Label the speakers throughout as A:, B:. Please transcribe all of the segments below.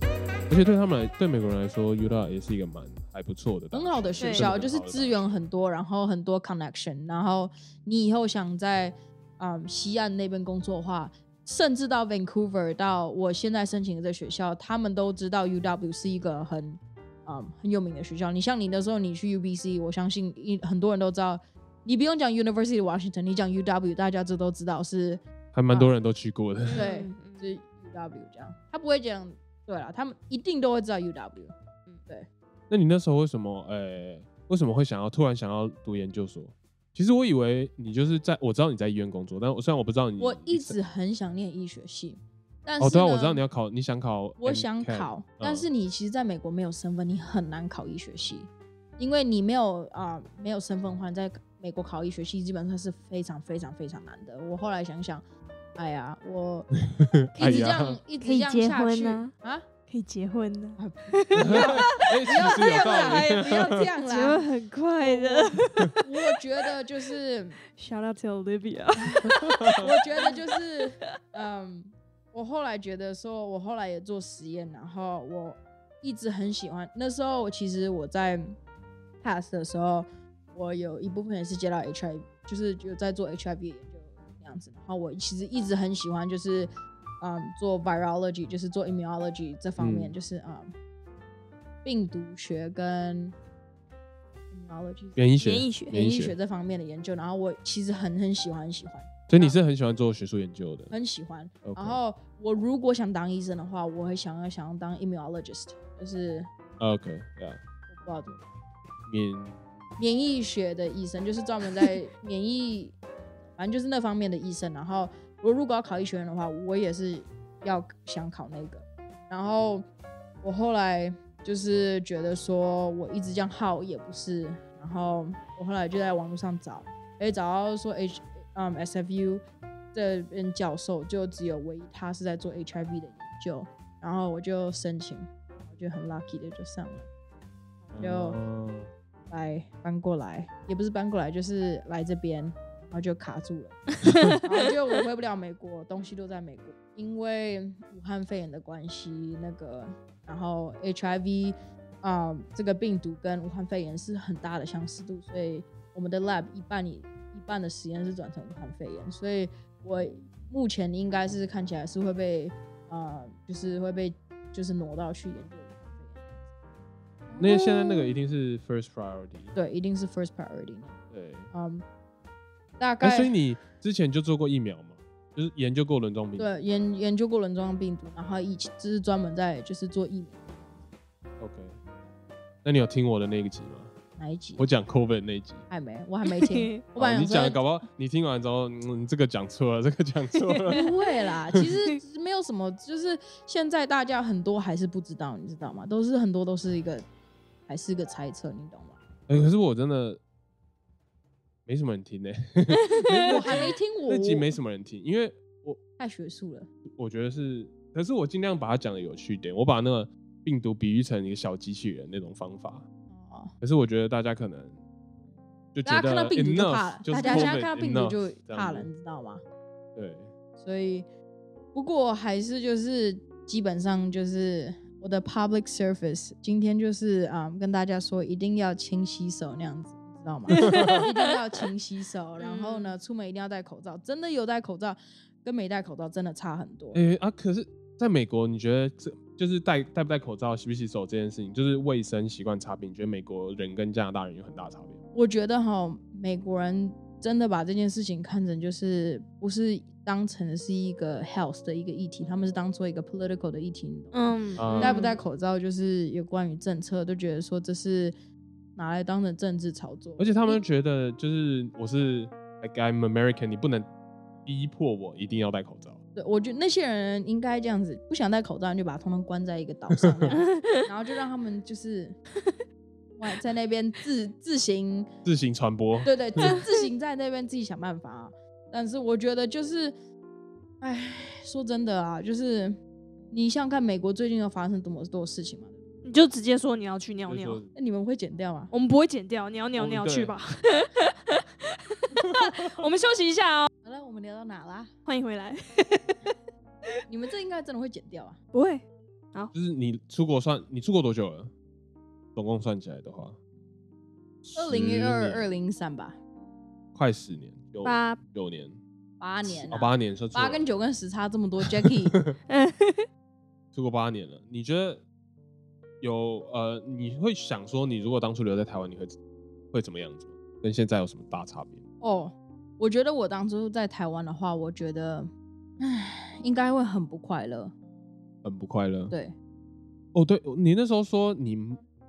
A: 而且对他们来，对美国人来说，UW 也是一个蛮还不错的大学，
B: 很好的学
A: 对
B: 校，
A: 真的
B: 就是
A: 很好的
B: 资源很多，然后很多 connection，然后你以后想在啊、嗯西岸那边工作的话，甚至到 Vancouver 到我现在申请的这学校，他们都知道 UW 是一个很嗯很有名的学校。你像你的时候，你去 UBC，我相信一很多人都知道，你不用讲 University of Washington，你讲 UW，大家这都知道是
A: 还蛮多人都去过的。
B: 对
C: 嗯嗯
B: 是 UW 这样，他不会讲对了，他们一定都会知道 UW。
A: 那你那时候为什么，呃，为什么会想要突然想要读研究所？其实我以为你就是在，我知道你在医院工作，但我虽然我不知道你，
B: 我一直很想念医学系，但
A: 嗯
B: 是
A: 哦，对啊，
B: 呢
A: 我知道你要考，你嗯想考，
B: 我想考，但是你其实在美国没有身份，你很难考医学系，因为你没有啊、没有身份的话，你在美国考医学系基本上是非常非常非常难的。我后来想想，哎呀， 我一
A: 哎
B: 直这
A: 呀
B: 样、一直
C: 可
B: 这
C: 以
B: 样
C: 结
B: 下
C: 婚
B: 去
C: 啊
B: 啊，
C: 可以结婚呢、
A: 哎，
B: 不要
A: 其实
B: 这
A: 有
B: 样啦，
A: 道
B: 哎
A: 理，
B: 呀，不要这样
C: 结婚
B: 啦。
C: 很快的。
B: 我觉得就是，
C: Shout out to Olivia。
B: 我觉得就是，嗯，我后来觉得说，我后来也做实验，然后我一直很喜欢。那时候我其实我在 pass 的时候，我有一部分也是接到 HIV，就是有在做 HIV 的研究那样子。然后我其实一直很喜欢，就是嗯做 virology，就是做 immunology 这方面，
A: 嗯
B: 就是嗯病毒学跟 immunology
A: 免疫学，
C: 免疫学
B: 免
A: 免
B: 疫
A: 疫
B: 学
A: 学，
B: 这方面的研究。然后我其实很很喜欢，很喜欢。
A: 所以你是很喜欢做学术研究的。
B: 很喜欢。
A: OK
B: 然后我如果想当医生的话，我会想要想要当 immunologist，就是
A: OK，对啊，
B: 我不知道怎么讲
A: 免
B: 免疫学的医生，就是 专门在免疫，反正就是那方面的医生。然后我如果要考医学院的话，我也是要想考那个。然后我后来就是觉得说，我一直这样耗也不是。然后我后来就在网络上找，哎，找到说 H 嗯 SFU 这边教授就只有唯一他是在做嗯 HIV 的研究，然后我就申请，我就很 lucky 的就上了，就
A: 哦
B: 来搬过来，也不是搬过来，就是来这边，然后就卡住 了，然后就我回不了美国，东西都在美国，因为武汉肺炎的关系，那个然后 HIV 啊、这个病毒跟武汉肺炎是很大的相似度，所以我们的 lab 一半以一半的实验是转成武汉肺炎，所以我目前应该是看起来是会被呃，就是会被就是挪到去研究武汉肺
A: 那
B: 炎，
A: 现在那个一定是 first priority。
B: 对，一定是 first priority 那样。
A: 对，
B: 嗯，大概、
A: 哎，所以你之前就做过疫苗嘛，就是研究过轮状病毒。
B: 对研研究过轮状病毒，然后以前就是专门在就是做疫苗
A: OK，那你有听我的那一集吗？
B: 哪一集？
A: 我讲 COVID 那一集。
B: 还没，我还没听。 我本
A: 哦
B: 来
A: 你讲
B: 想
A: 的
B: 说
A: 搞不好你听完之后，嗯，这个讲错了，这个讲错了。
B: 不会 啦，其实没有什么，就是现在大家很多还是不知道，你知道吗？都是很多都是一个还是一个猜测，你懂吗？
A: 哎、可是我真的没什么人听呢、欸
B: 我还没听我
A: 那集没什么人听，因为我
B: 太学术了，
A: 我觉得是，可是我尽量把它讲的有趣一点，我把那个病毒比喻成一个小机器人那种方法。
B: 哦，
A: 可是我觉得大家可能就觉
B: 大家
A: 得
B: 看到病毒就怕
A: enough，
B: 了，
A: 就是
B: 大家现在
A: COVID
B: 看到病毒就
A: enough 这样
B: 怕
A: 子
B: 了，你知道吗？
A: 对，
B: 所以不过还是就是基本上就是我的 public service，今天就是啊、嗯跟大家说一定要勤洗手那样子。你知道吗？ 一定要勤洗手，然后呢，出门一定要戴口罩。真的有戴口罩，跟没戴口罩真的差很多。
A: 哎、啊，可是在美国，你觉得这就是戴戴不戴口罩、洗不洗手这件事情，就是卫生习惯差别，你觉得美国人跟加拿大人有很大的差别吗？
B: 我觉得哈，美国人真的把这件事情看成就是不是当成是一个 health 的一个议题，他们是当做一个 political 的议题。你懂吗
C: 嗯
A: 嗯
B: 戴不戴？口罩就是有关于政策，都觉得说这是拿来当成政治炒作。
A: 而且他们觉得就是我是 like I'm American，你不能逼迫我一定要戴口罩。
B: 对，我觉得那些人应该这样子，不想戴口罩你就把他通通关在一个岛上这样， 然后就让他们就是外在那边自自行，
A: 自行传播，
B: 对对，自自行在那边自己想办法啊。但是我觉得就是，哎，说真的啊，就是你想想看美国最近有发生多么多事情嘛？
C: 你就直接说你要去尿
A: 就是
C: 尿
A: 说，
B: 那你们会剪掉吗？
C: 我们不会剪掉，你要尿
A: 我们
C: 尿
A: 对
C: 去吧。我们休息一下哦，
B: 好了，我们聊到哪啦？
C: 欢迎回来。
B: 你们这应该真的会剪掉啊。
C: 不会，好
A: 就是你出国算你出国多久了？总共算起来的话，
B: 二零一
A: 10
B: 二、
A: 年
B: 二零一三吧，
A: 快十年，有
C: 八
A: 九年，
B: 八年、
A: 哦
B: 啊，
A: 八年，算错
B: 八
A: 了
B: 跟九跟十差这么多，Jackie，
C: 嗯，
A: 出国八年了，你觉得有呃，你会想说，你如果当初留在台湾，你会会怎么样子吗？跟现在有什么大差别？
B: 哦，我觉得我当初在台湾的话，我觉得，唉，应该会很不快乐。
A: 很不快乐。，
B: 对，
A: 哦，对你那时候说你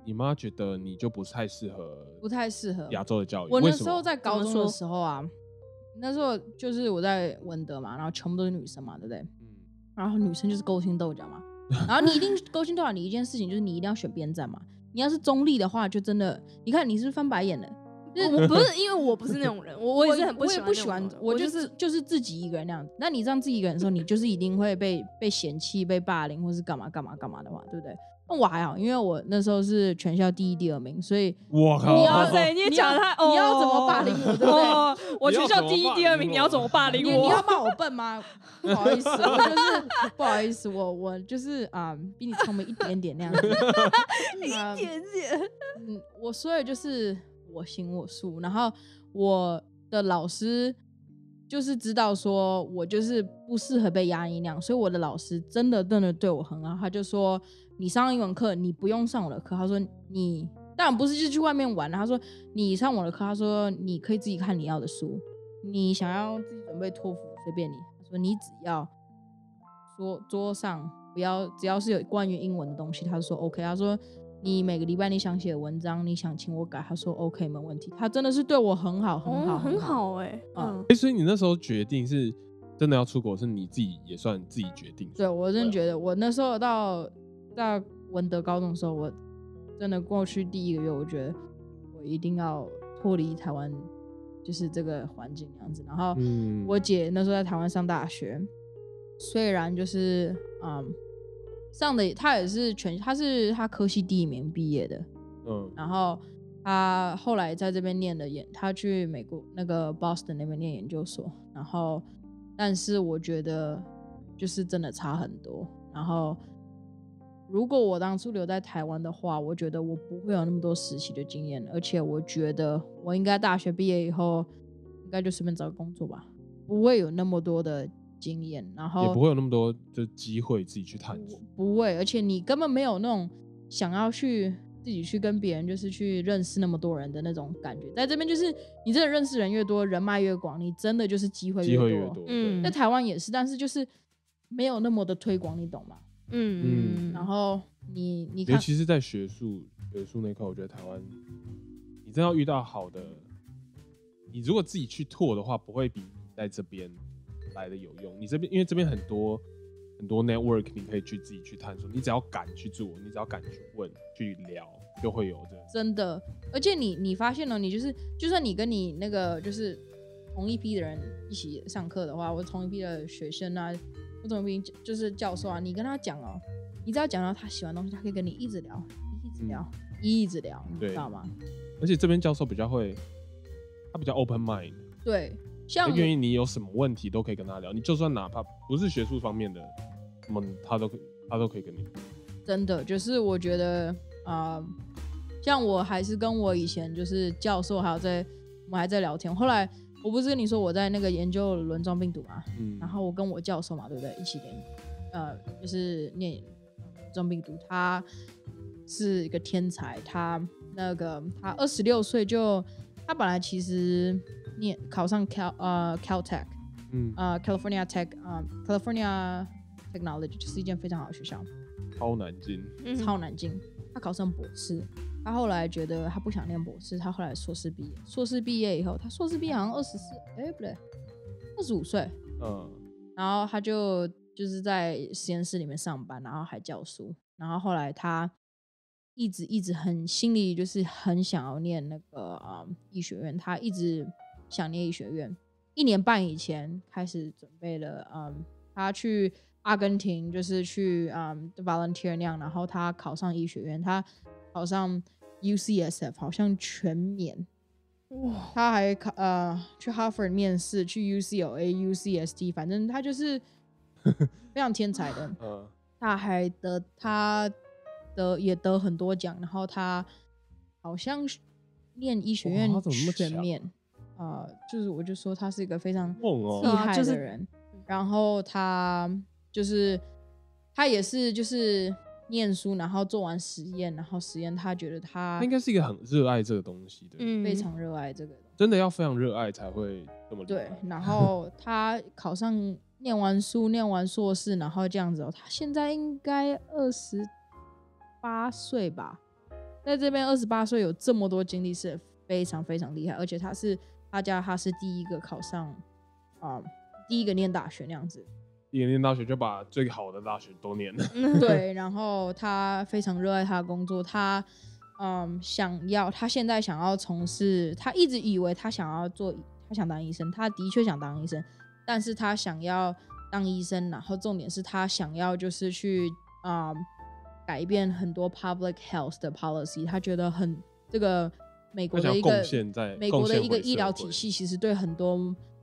A: 你妈觉得你就不太适合
B: 不太适合
A: 亚洲的教育，
B: 我那
A: 为什
B: 时候
A: 么
B: 在高
C: 么
B: 中的
C: 说
B: 时候啊，那时候就是我在文德嘛，然后全部都是女生嘛，对不对？
A: 嗯
B: 然后女生就是勾心斗角 嘛，然后你一定勾心斗角，你一件事情就是你一定要选边站嘛。你要是中立的话，就真的，你看你是不是翻白眼的，就是
C: 我不是因为我不是那种人，我我也是很
B: 我也
C: 喜欢
B: 不
C: 不
B: 喜欢，我
C: 我
B: 就
C: 就是是
B: 就是自己一个人那样子。那你让自己一个人的 时候，你就是一定会被被嫌弃、被霸凌，或是干嘛干嘛干嘛的嘛，对不对？那我还好，因为我那时候是全校第一、第二名，所以
A: 我靠，
B: 你
C: 哇
B: 要
C: 塞，你也
B: 你
C: 讲
B: 要
C: 得太哦，
B: 你要怎么霸凌我对不对
C: 哦我
A: 你
C: 全
A: 要
C: 校
A: 怎么
C: 第一
A: 霸、
C: 第
A: 凌
C: 二名，你
A: 我
C: 要怎么霸凌
B: 你
C: 我？
B: 你要骂我笨吗？不好意思，我就是不好意思，我我就是啊、比你聪明一点点那样子。一
C: 点点，
B: 嗯，我所以就是我行我素，然后我的老师就是知道说我就是不适合被压力那样，所以我的老师真的真的对我很好，他就说你上英文课你不用上我的课，他说你当然不是就去外面玩啊了，他说你上我的课，他说你可以自己看你要的书，你想要自己准备托福随便你，他说你只要桌桌上不要只要是有关于英文的东西，他说 OK，他说你每个礼拜你想写文章，你想请我改，他说 OK 没问题，他真的是对我很好，很好，
C: 哦，很。好哎，
B: 嗯
C: 嗯，
A: 哎、所以你那时候决定是真的要出国，是你自己也算自己决定的。
B: 对我真的
A: 得
B: 觉得，我那时候到到文德高中的时候，我真的过去第一个月，我觉得我一定要脱离台湾，就是这个环境那样子。然后
A: 嗯
B: 我姐那时候在台湾上大学，虽然就是嗯上的她也是全，她是她科系第一名毕业的，
A: 嗯
B: 然后他后来在这边念的研，他去美国那个 Boston 那边念研究所，然后但是我觉得就是真的差很多。然后如果我当初留在台湾的话，我觉得我不会有那么多实习的经验，而且我觉得我应该大学毕业以后应该就随便找个工作吧，不会有那么多的经验，然后
A: 也不会有那么多就机会自己去探索。
B: 不会，而且你根本没有那种想要去自己去跟别人就是去认识那么多人的那种感觉。在这边就是你真的认识人越多，人脉越广，你真的就是机会
A: 机
B: 多。
A: 会越多，
C: 嗯
B: 在台湾也是，但是就是没有那么的推广，你懂吗？
C: 嗯
B: 然后你你
A: 对尤
B: 看，
A: 其是在学术学术那一块，我觉得台湾，你真要遇到好的，你如果自己去拓的话，不会比你在这边来的有用。你这边因为这边很多很多 network，你可以去自己去探索，你只要敢去做，你只要敢去问、去聊，就会有这个。
B: 真的，而且你你发现了，哦你就是就算你跟你那个就是同一批的人一起上课的话，或同一批的学生啊，或同一批就是教授啊，你跟他讲哦，你只要讲到他喜欢的东西，他可以跟你一直聊，一直聊，一直聊，你
A: 嗯对
B: 知道吗？
A: 而且这边教授比较会，他比较 open mind，
B: 对，像
A: 他
B: 我
A: 愿意你有什么问题都可以跟他聊，你就算哪怕不是学术方面的，什么他都可以他都可以跟你。
B: 真的就是我觉得啊、呃像我还是跟我以前就是教授还有在我们还在聊天，后来我不是跟你说我在那个研究轮状病毒吗？
A: 嗯，
B: 然后我跟我教授嘛，对不对？一起念，呃，就是念中病毒，他是一个天才，他那个他二十六岁就，他本来其实念考上 Cal 呃 Caltech
A: 嗯，
B: 呃 California Tech 呃 California Technology 就是一间非常好的学校，
A: 超难进。
C: 嗯
B: 超难进。他考上博士，他后来觉得他不想念博士，他后来硕士毕业。硕士毕业以后，他硕士毕业好像二十四，哎不对，二十五岁，
A: 嗯，
B: 然后他就就是在实验室里面上班，然后还教书。然后后来他一直一直很心里就是很想要念那个啊、嗯医学院，他一直想念医学院。一年半以前开始准备了，嗯，他去阿根廷就是去嗯 volunteer 那样，然后他考上医学院，他考上 UCSF 好像全免，
C: 哇，
B: 他还考呃去哈佛面试，去 UCLA、UCSD，反正他就是非常天才的。
A: 嗯，
B: 大海的他得也得很多奖，然后他好像是念医学
A: 哇
B: 院
A: 他怎么那么
B: 全
A: 强
B: 面啊、就是我就说他是一个非常
A: 梦
B: 厉
C: 是
A: 哦，
C: 啊
B: 害
C: 就
B: 的
C: 是
B: 人。然后他就是他也是就是念书，然后做完实验，然后实验他觉得他
A: 他应该是一个很热爱这个东西的，人，
C: 嗯，
B: 非常热爱这个。
A: 真的要非常热爱才会这么厉
B: 对
A: 害，
B: 然后他考上念完书，念完硕士，然后这样子哦，他现在应该二十八岁吧，在这边二十八岁有这么多经历是非常非常厉害，而且他是他家他是第一个考上啊、第一个念大学那样子，
A: 一年念大学就把最好的大学都念了，
B: 对，然后他非常热爱他的工作，他嗯想要，他现在想要从事，他一直以为他想要做，他想当医生，他的确想当医生，但是他想要当医生，然后重点是他想要就是去啊、嗯改变很多 public health 的 policy，他觉得很这个美国
A: 他想要
B: 的一个
A: 贡献在
B: 美国
A: 贡
B: 的
A: 献
B: 一个
A: 回
B: 医
A: 社会
B: 疗体系其实对很多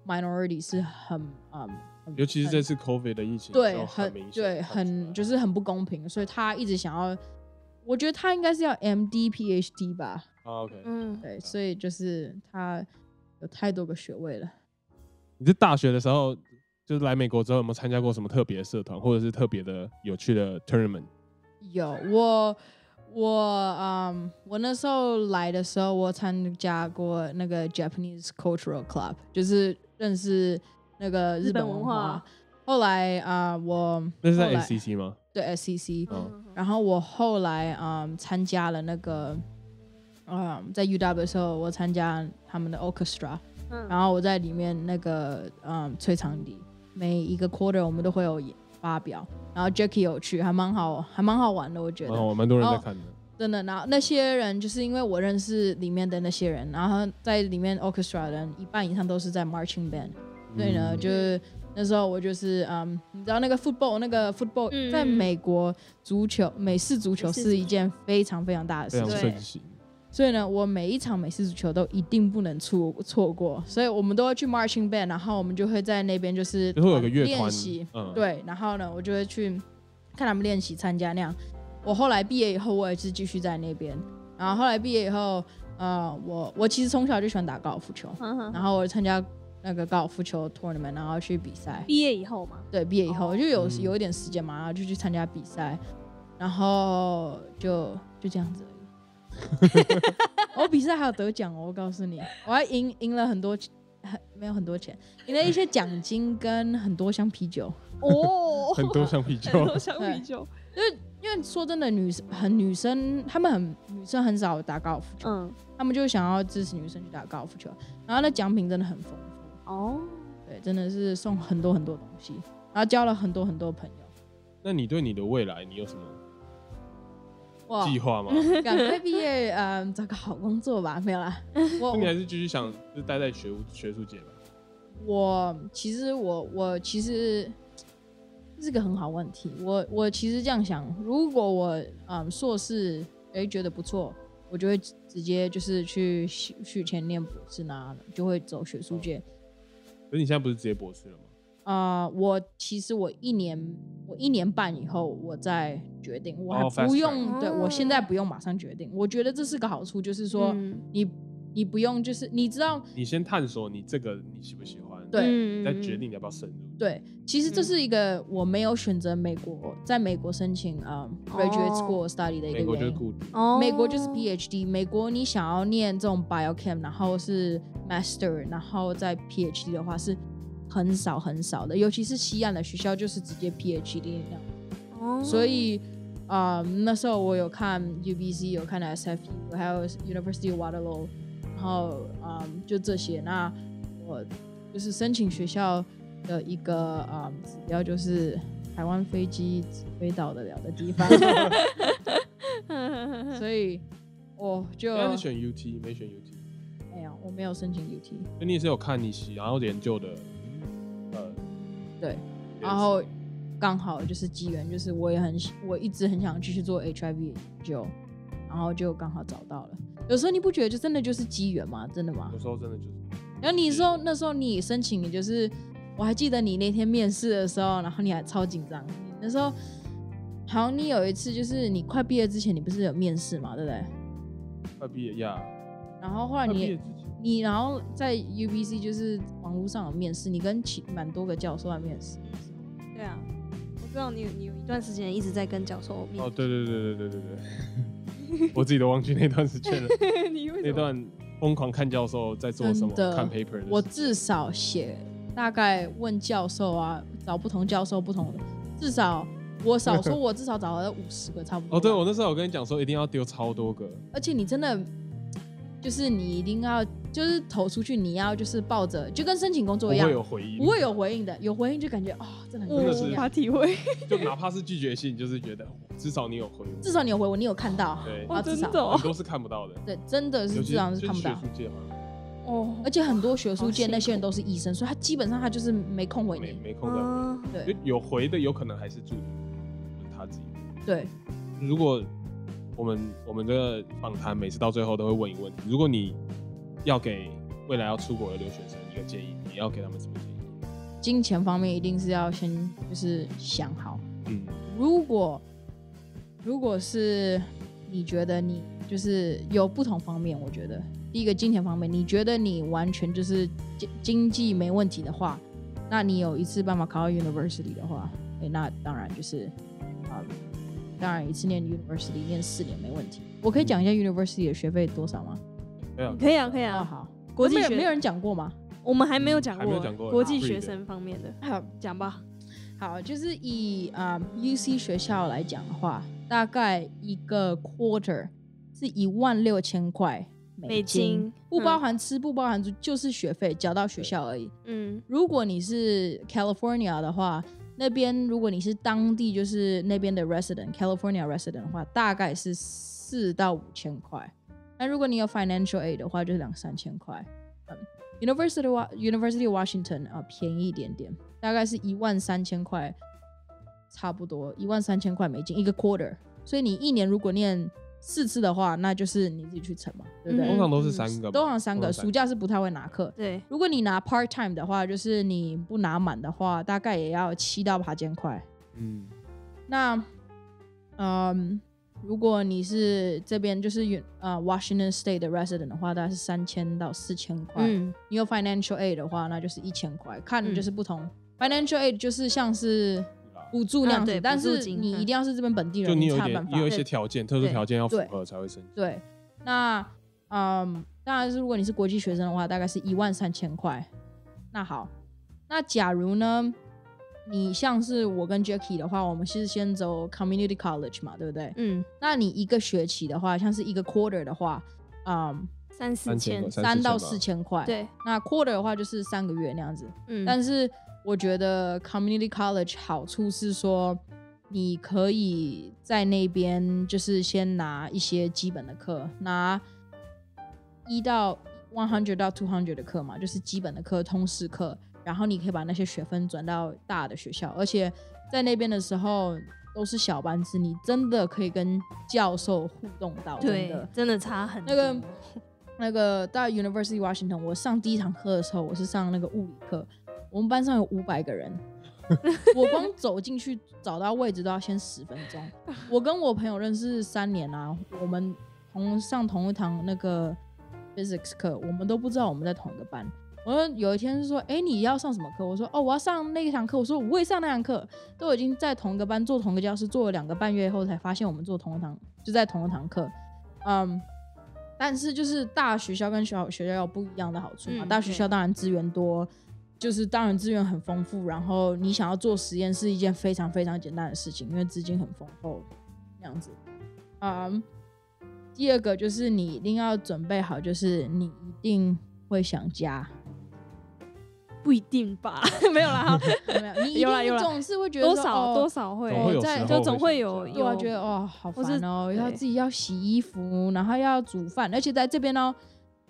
B: minority 是很嗯。很
A: 尤其是
B: 很
A: 这次 COVID 的疫情，
B: 对，
A: 很
B: 很
A: 明显
B: 对，
A: 地看出来
B: 很就是很不公平，所以他一直想要，我觉得他应该是要 MD PhD 吧，
A: 啊 OK，
C: 嗯，
B: 对，所以就是他有太多个学位了。
A: 你在大学的时候，就是来美国之后，有没有参加过什么特别的社团，或者是特别的有趣的 tournament？
B: 有我我嗯，我那时候来的时候，我参加过那个 Japanese Cultural Club，就是认识那个
C: 日
B: 日本
C: 本文
B: 文
C: 化
B: 后来啊、我
A: 那是
B: 后
A: 在
B: 来
A: NCC 吗？
B: 对 E SCC，、
A: 嗯
B: 然后我后来嗯参加了那个，嗯在 UW 的时候，我参加他们的 orchestra，然
C: 嗯
B: 后我在里面那个嗯吹长笛，每一个 quarter 我们都会有演发表，然后 Jackie 有去，还蛮好，还蛮好玩的，我觉
A: 然
B: 得。
A: 哦后蛮多人
B: 哦
A: 在看的。
B: 真的，然后那些人就是因为我认识里面的那些人，然后在里面 orchestra 的人一半以上都是在 marching band，、所以呢，
A: 嗯
B: 就是那时候我就是嗯，你知道那个 football 那个 football、
C: 嗯
B: 在美国足球美式足球
C: 美式
B: 是一
C: 足球
B: 件非常非常大的
A: 非
B: 事
A: 常
B: 情，
A: 盛行。
B: 所以呢，我每一场美式足球都一定不能错错过，所以我们都会去 marching band，然后我们就会在那边就是呃
A: 就是会有个乐团
B: 练习，，
A: 嗯，
B: 对，然后呢，我就会去看他们练习，参加那样。我后来毕业以后，我也是继续在那边。然后后来毕业以后，呃，我我其实从小就喜欢打高尔夫球，
C: 嗯
B: 然后我参加那个高尔夫球 tournament，然后去比赛。
C: 毕业以后嘛，
B: 对，毕业以后就有
A: 嗯
B: 有一点时间嘛，然后就去参加比赛，然后就就这样子而已。 我比赛还有得奖哦，我告诉你，我还赢赢了很多，很没有很多钱，赢了一些奖金跟很多箱啤酒。
C: 哦，
A: 很多橡皮
C: 很
A: 球。
C: 多橡皮球，
B: 因为说真的，女生很女生，她们很女生很少打高尔夫球，
C: 嗯，
B: 她们就想要支持女生去打高尔夫球，然后那奖品真的很丰富，
C: 哦，
B: 对，真的是送很多很多东西，然后交了很多很多朋友。
A: 那你对你的未来，你有什么
B: 哇，
A: 计划 吗？
B: 赶快毕业，嗯，找个好工作吧，没有啦。我
A: 那你还是继续想就待在学学术界吧？
B: 我其实我我其实这是个很好问题。我我其实这样想，如果我嗯硕士诶觉得不错，我就会直接就是去续续前念博士呢，就会走学术界。
A: 可是你现在不是直接博士了吗？
B: 啊、我其实我一年我一年半以后我再决定，我
A: 哦
B: 还
A: ，fast
B: 不
A: track
B: 用、对我现在
C: 哦
B: 不用马上决定。我觉得这是个好处，就是说、
C: 嗯
B: 你你不用就是你知道。
A: 你先探索你这个你喜不喜欢，
B: 对
A: 你
C: 嗯
A: 再决定你要不要深入。
B: 对，其实这
C: 嗯
B: 是一个我没有选择美国，在美国申请嗯 graduate
C: 哦
B: school study 的一
A: 美
B: 个
A: 国就
B: 原
A: 是
B: 因。
A: 固定，
C: 哦，
B: 美国就是 PhD，美国你想要念这种 biochem，然后是 master，然后再 PhD 的话是很少很少的，尤其是西岸的学校就是直接 PhD 那样。
C: 哦，
B: 所 以，啊，那时候我有看 UBC，有看 SFU，还有 University of Waterloo，然后，嗯，就这些。那我就是申请学校的一个，嗯，指标就是台湾飞机飞到得了的地方，所以我就
A: 现在是选 UT 没选 UT，
B: 没有，我没有申请 UT。
A: 所以你也是有看你喜然后研究的，呃，
B: 对，
A: 也是
B: 然后刚好就是机缘，就是我也很喜，我一直很想继续做 HIV 研究，然后就刚好找到了。有时候你不觉得就真的就是机缘吗？真的吗
A: 有？时候真的就是
B: 然后你说那时候你申请，你就是我还记得你那天面试的时候，然后你还超紧张，你那时候好像你有一次就是你快毕业之前，你不是有面试嘛，对不对？
A: 快毕业呀，
B: 然后后来
A: 快毕业
B: 你
A: 之前，
B: 你然后在 UBC 就是网络上有面试，你跟其蛮多个教授来面试，
C: 对啊，我知道你你有一段时间一直在跟教授面
A: 哦，对对对对对对对，我自己都忘记那段时 间了，
B: 啊
C: 对， 你为
A: 那
C: 什么？
A: 段疯狂看教授在做什么，
B: 真的
A: 看 paper 的时候
B: 我至少写大概问教授啊，找不同教授不同的，至少我少 说，我至少找了五十个差不多吧。
A: 哦，对，我那时候我跟你讲说一定要丢超多个，
B: 而且你真的就是你一定要就是投出去，你要就是抱着就跟申请工
A: 不
B: 作
A: 会
B: 一样，
A: 有回应，
B: 不会有回应的，有回应就感觉哦，真的很
A: 真
B: 开
A: 的
B: 心
A: 是
B: 啊
C: 无法 体会，
A: 就哪怕是拒绝信，就是觉得至少你有回我，
B: 至少你有回我，你有看到，
A: 对，
B: 哦
C: 哦，
B: 至
C: 真
B: 少
C: 的哦
A: 很，多是看不到的，
B: 对，真的
A: 尤
B: 是
A: 其
B: 这样是
A: 就
B: 看不
A: 学
B: 到
A: 术。界好像
C: 哦
B: 而且很多学术界
C: 好辛苦
B: 那些人都是医生，所以他基本上他就是没空回
A: 没
B: 你。
A: 没空的，
C: 嗯
B: 对
A: 就有回的有可能还是助理问他自己。
B: 对，
A: 如果我们我们的访谈每次到最后都会问一个问题，如果你要给未来要出国的留学生一个建议，你要给他们什么建议？
B: 金钱方面一定是要先就是想好，
A: 嗯，
B: 如果如果是你觉得你就是有不同方面，我觉得第一个金钱方面，你觉得你完全就是经经济没问题的话，那你有一次办法考到 university 的话，诶那当然就是啊、当然一次念 university 念四年没问题。我可以讲一下 university 的学费多少吗？
A: 对啊，
C: 可以啊，可以
B: 哦，
C: 啊，
B: 好，
C: 国际
B: 没有
C: 学
B: 没有人讲过吗？
C: 我们还没有讲
A: 还没
C: 过
A: 有讲过
C: 国际
A: free
C: 学
A: 的
C: 生方面的，
B: 好，
C: 讲吧。
B: 好，就是以啊、UC 学校来讲的话，大概一个 quarter 是一万六千块
C: 美金
B: 不
C: 嗯
B: 包含吃，不包含住，就是学费缴到学校而已。
C: 嗯，
B: 如果你是 California 的话，那边如果你是当地就是那边的 resident California resident 的话，大概是四到五千块。那如果你有 financial aid 的话，就是两三千块。嗯，University Wa University Washington 啊、便宜一点点，大概是一万三千块，差不多一万三千块美金一个 quarter。所以你一年如果念四次的话，那就是你自己去乘嘛，对不对？
A: 通
C: 嗯
A: 常都是三个嘛，
B: 都好像三
A: 通
B: 个，
A: 常三
B: 暑假是不太会拿课，
C: 对，
B: 如果你拿 part time 的话，就是你不拿满的话，大概也要七到八千块。
A: 嗯，
B: 那，嗯，如果你是这边就是呃 Washington State 的 resident 的话，大概是三千到四千块。
C: 嗯，
B: 你有 financial aid 的话，那就是一千块，看
C: 嗯
B: 就是不同。financial aid 就是像是补助那样子，
C: 啊对
B: 但
C: 补
B: 是
C: 助金
B: 你
C: 嗯
B: 一定要是这边本地人，
A: 就你有
B: 才
A: 一
B: 办
A: 点，
B: 法
A: 你有一些条件，特殊条件要符
B: 对
A: 合才会申请。
B: 对，那嗯，当然是如果你是国际学生的话，大概是一万三千块。那好，那假如呢，你像是我跟 Jacky 的话，我们是先走 community college 嘛，对不对？
C: 嗯，
B: 那你一个学期的话，像是一个 quarter 的话，嗯，
C: 三四
A: 三千块，
C: 千
B: 三到
A: 四
B: 四
A: 千
B: 千块。，
C: 对，
B: 那 quarter 的话就是三个月那样子。
C: 嗯，
B: 但是我觉得 community college 好处是说，你可以在那边就是先拿一些基本的课，拿一到 one hundred 到 two hundred 的课嘛，就是基本的课、通识课，然后你可以把那些学分转到大的学校，而且在那边的时候都是小班制，你真的可以跟教授互动到，真
C: 对
B: 的，
C: 真的差很
B: 那个
C: 多
B: 那个到 University Washington，我上第一堂课的时候，我是上那个物理课，我们班上有五百个 人，我光走进去找到位置都要先十分钟。我跟我朋友认识三年啊，我们同上同一堂那个 physics 课，我们都不知道我们在同一个班。我说有一天是说，哎、你要上什么课？我说哦，我要上那一堂课。我说我也上那堂课，都已经在同一个班做同一个教室做了两个半月后，才发现我们做同一堂就在同一堂课。嗯，但是就是大学校跟小学校有不一样的好处嘛。
C: 嗯
B: 大学校当然资源多，就是当然资源很丰富，然后你想要做实验是一件非常非常简单的事情，因为资金很丰厚，那样子。嗯，第二个就是你一定要准备好，就是你一定会想家。
C: 不一定吧？ 没有 啦，
B: 有没有？你一
C: 有啦有
B: 定
C: 啦
B: 总是会觉得
C: 多
B: 说
C: 少
B: 哦
C: 多少会
A: 总会有
B: 在
A: 时候
B: 就
A: 会
C: 总
A: 想
C: 会有
A: 这样
B: 对啊，觉得哦好
C: 或是
B: 烦哦，
C: 对
B: 要自己要洗衣服，然后要煮饭，而且在这边哦，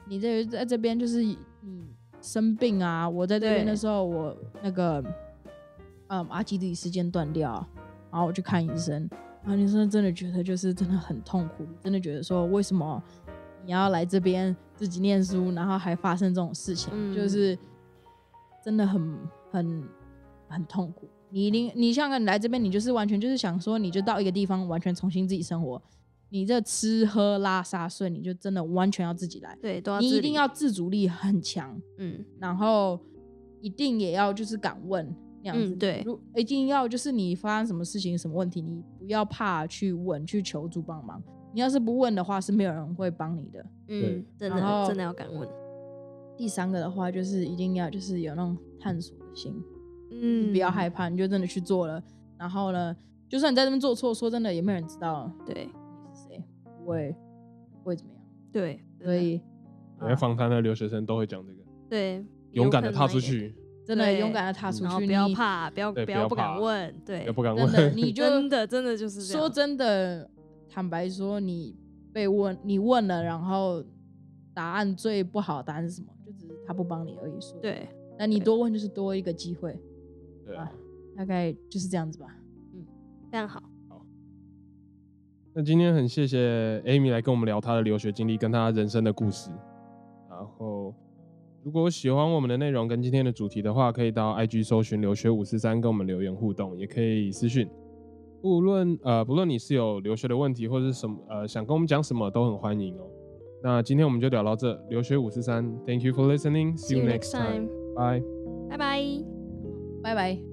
B: 你在在这边就是你生病啊，我在这边
C: 对
B: 的时候，我那个嗯阿基里时间断掉，然后我去看医生，然后医生啊真的觉得就是真的很痛苦，真的觉得说为什么你要来这边自己念书，然后还发生这种事情，
C: 嗯
B: 就是真的很很很痛苦。你一定，你像个你来这边，你就是完全就是想说，你就到一个地方，完全重新自己生活。你这吃喝拉撒睡，你就真的完全要自己来，
C: 对，都要
B: 你
C: 自
B: 一定
C: 理
B: 要自主力很强，
C: 嗯，
B: 然后一定也要就是敢问那样子。
C: 嗯对
B: 如一定要就是你发生什么事情、什么问题，你不要怕去问、去求助帮忙。你要是不问的话，是没有人会帮你的。
C: 嗯，真
B: 然后
C: 的真的要敢问，
B: 第三个的话，就是一定要就是有那种探索的心，
C: 嗯
B: 不要害怕，你就真的去做了。然后呢，就算你在这边做错，说真的，也没有人知道
C: 对
B: 你是谁，不会不会怎么样。
C: 对，啊真
B: 所
C: 的
B: 以
A: 你
B: 嗯
A: 看访谈的留学生都会讲这个，
C: 对
A: 勇敢的踏出，
C: 有可能一点
A: 去，
B: 真的
C: 对嗯
B: 勇敢的踏出
C: 然后
B: 去，
C: 不要
B: 你
C: 怕，不要
A: 对
C: 不
A: 不要
C: 要不
A: 怕
C: 敢问，对
A: 也，不敢
B: 真的，
A: 问。
B: 你就
C: 真的真的就是这样
B: 说真的，坦白说，你被问，你问了，然后答案最不好的答案是什么？就只是他不帮你而已。说，
C: 对，
B: 那你
C: 对
B: 多问就是多一个机会，
A: 对啊，
B: 大概就是这样子吧。
C: 非常好，
A: 那今天很谢谢 Amy 来跟我们聊她的留学经历跟她人生的故事。然后，如果喜欢我们的内容跟今天的主题的话，可以到 IG 搜寻留学五四三跟我们留言互动，也可以私讯。不论呃，不论你是有留学的问题，或是什么呃，想跟我们讲什么，都很欢迎哦。那今天我们就聊到这，留学五四三，Thank you for listening，See you next time，bye。
C: 拜拜。
B: 拜拜。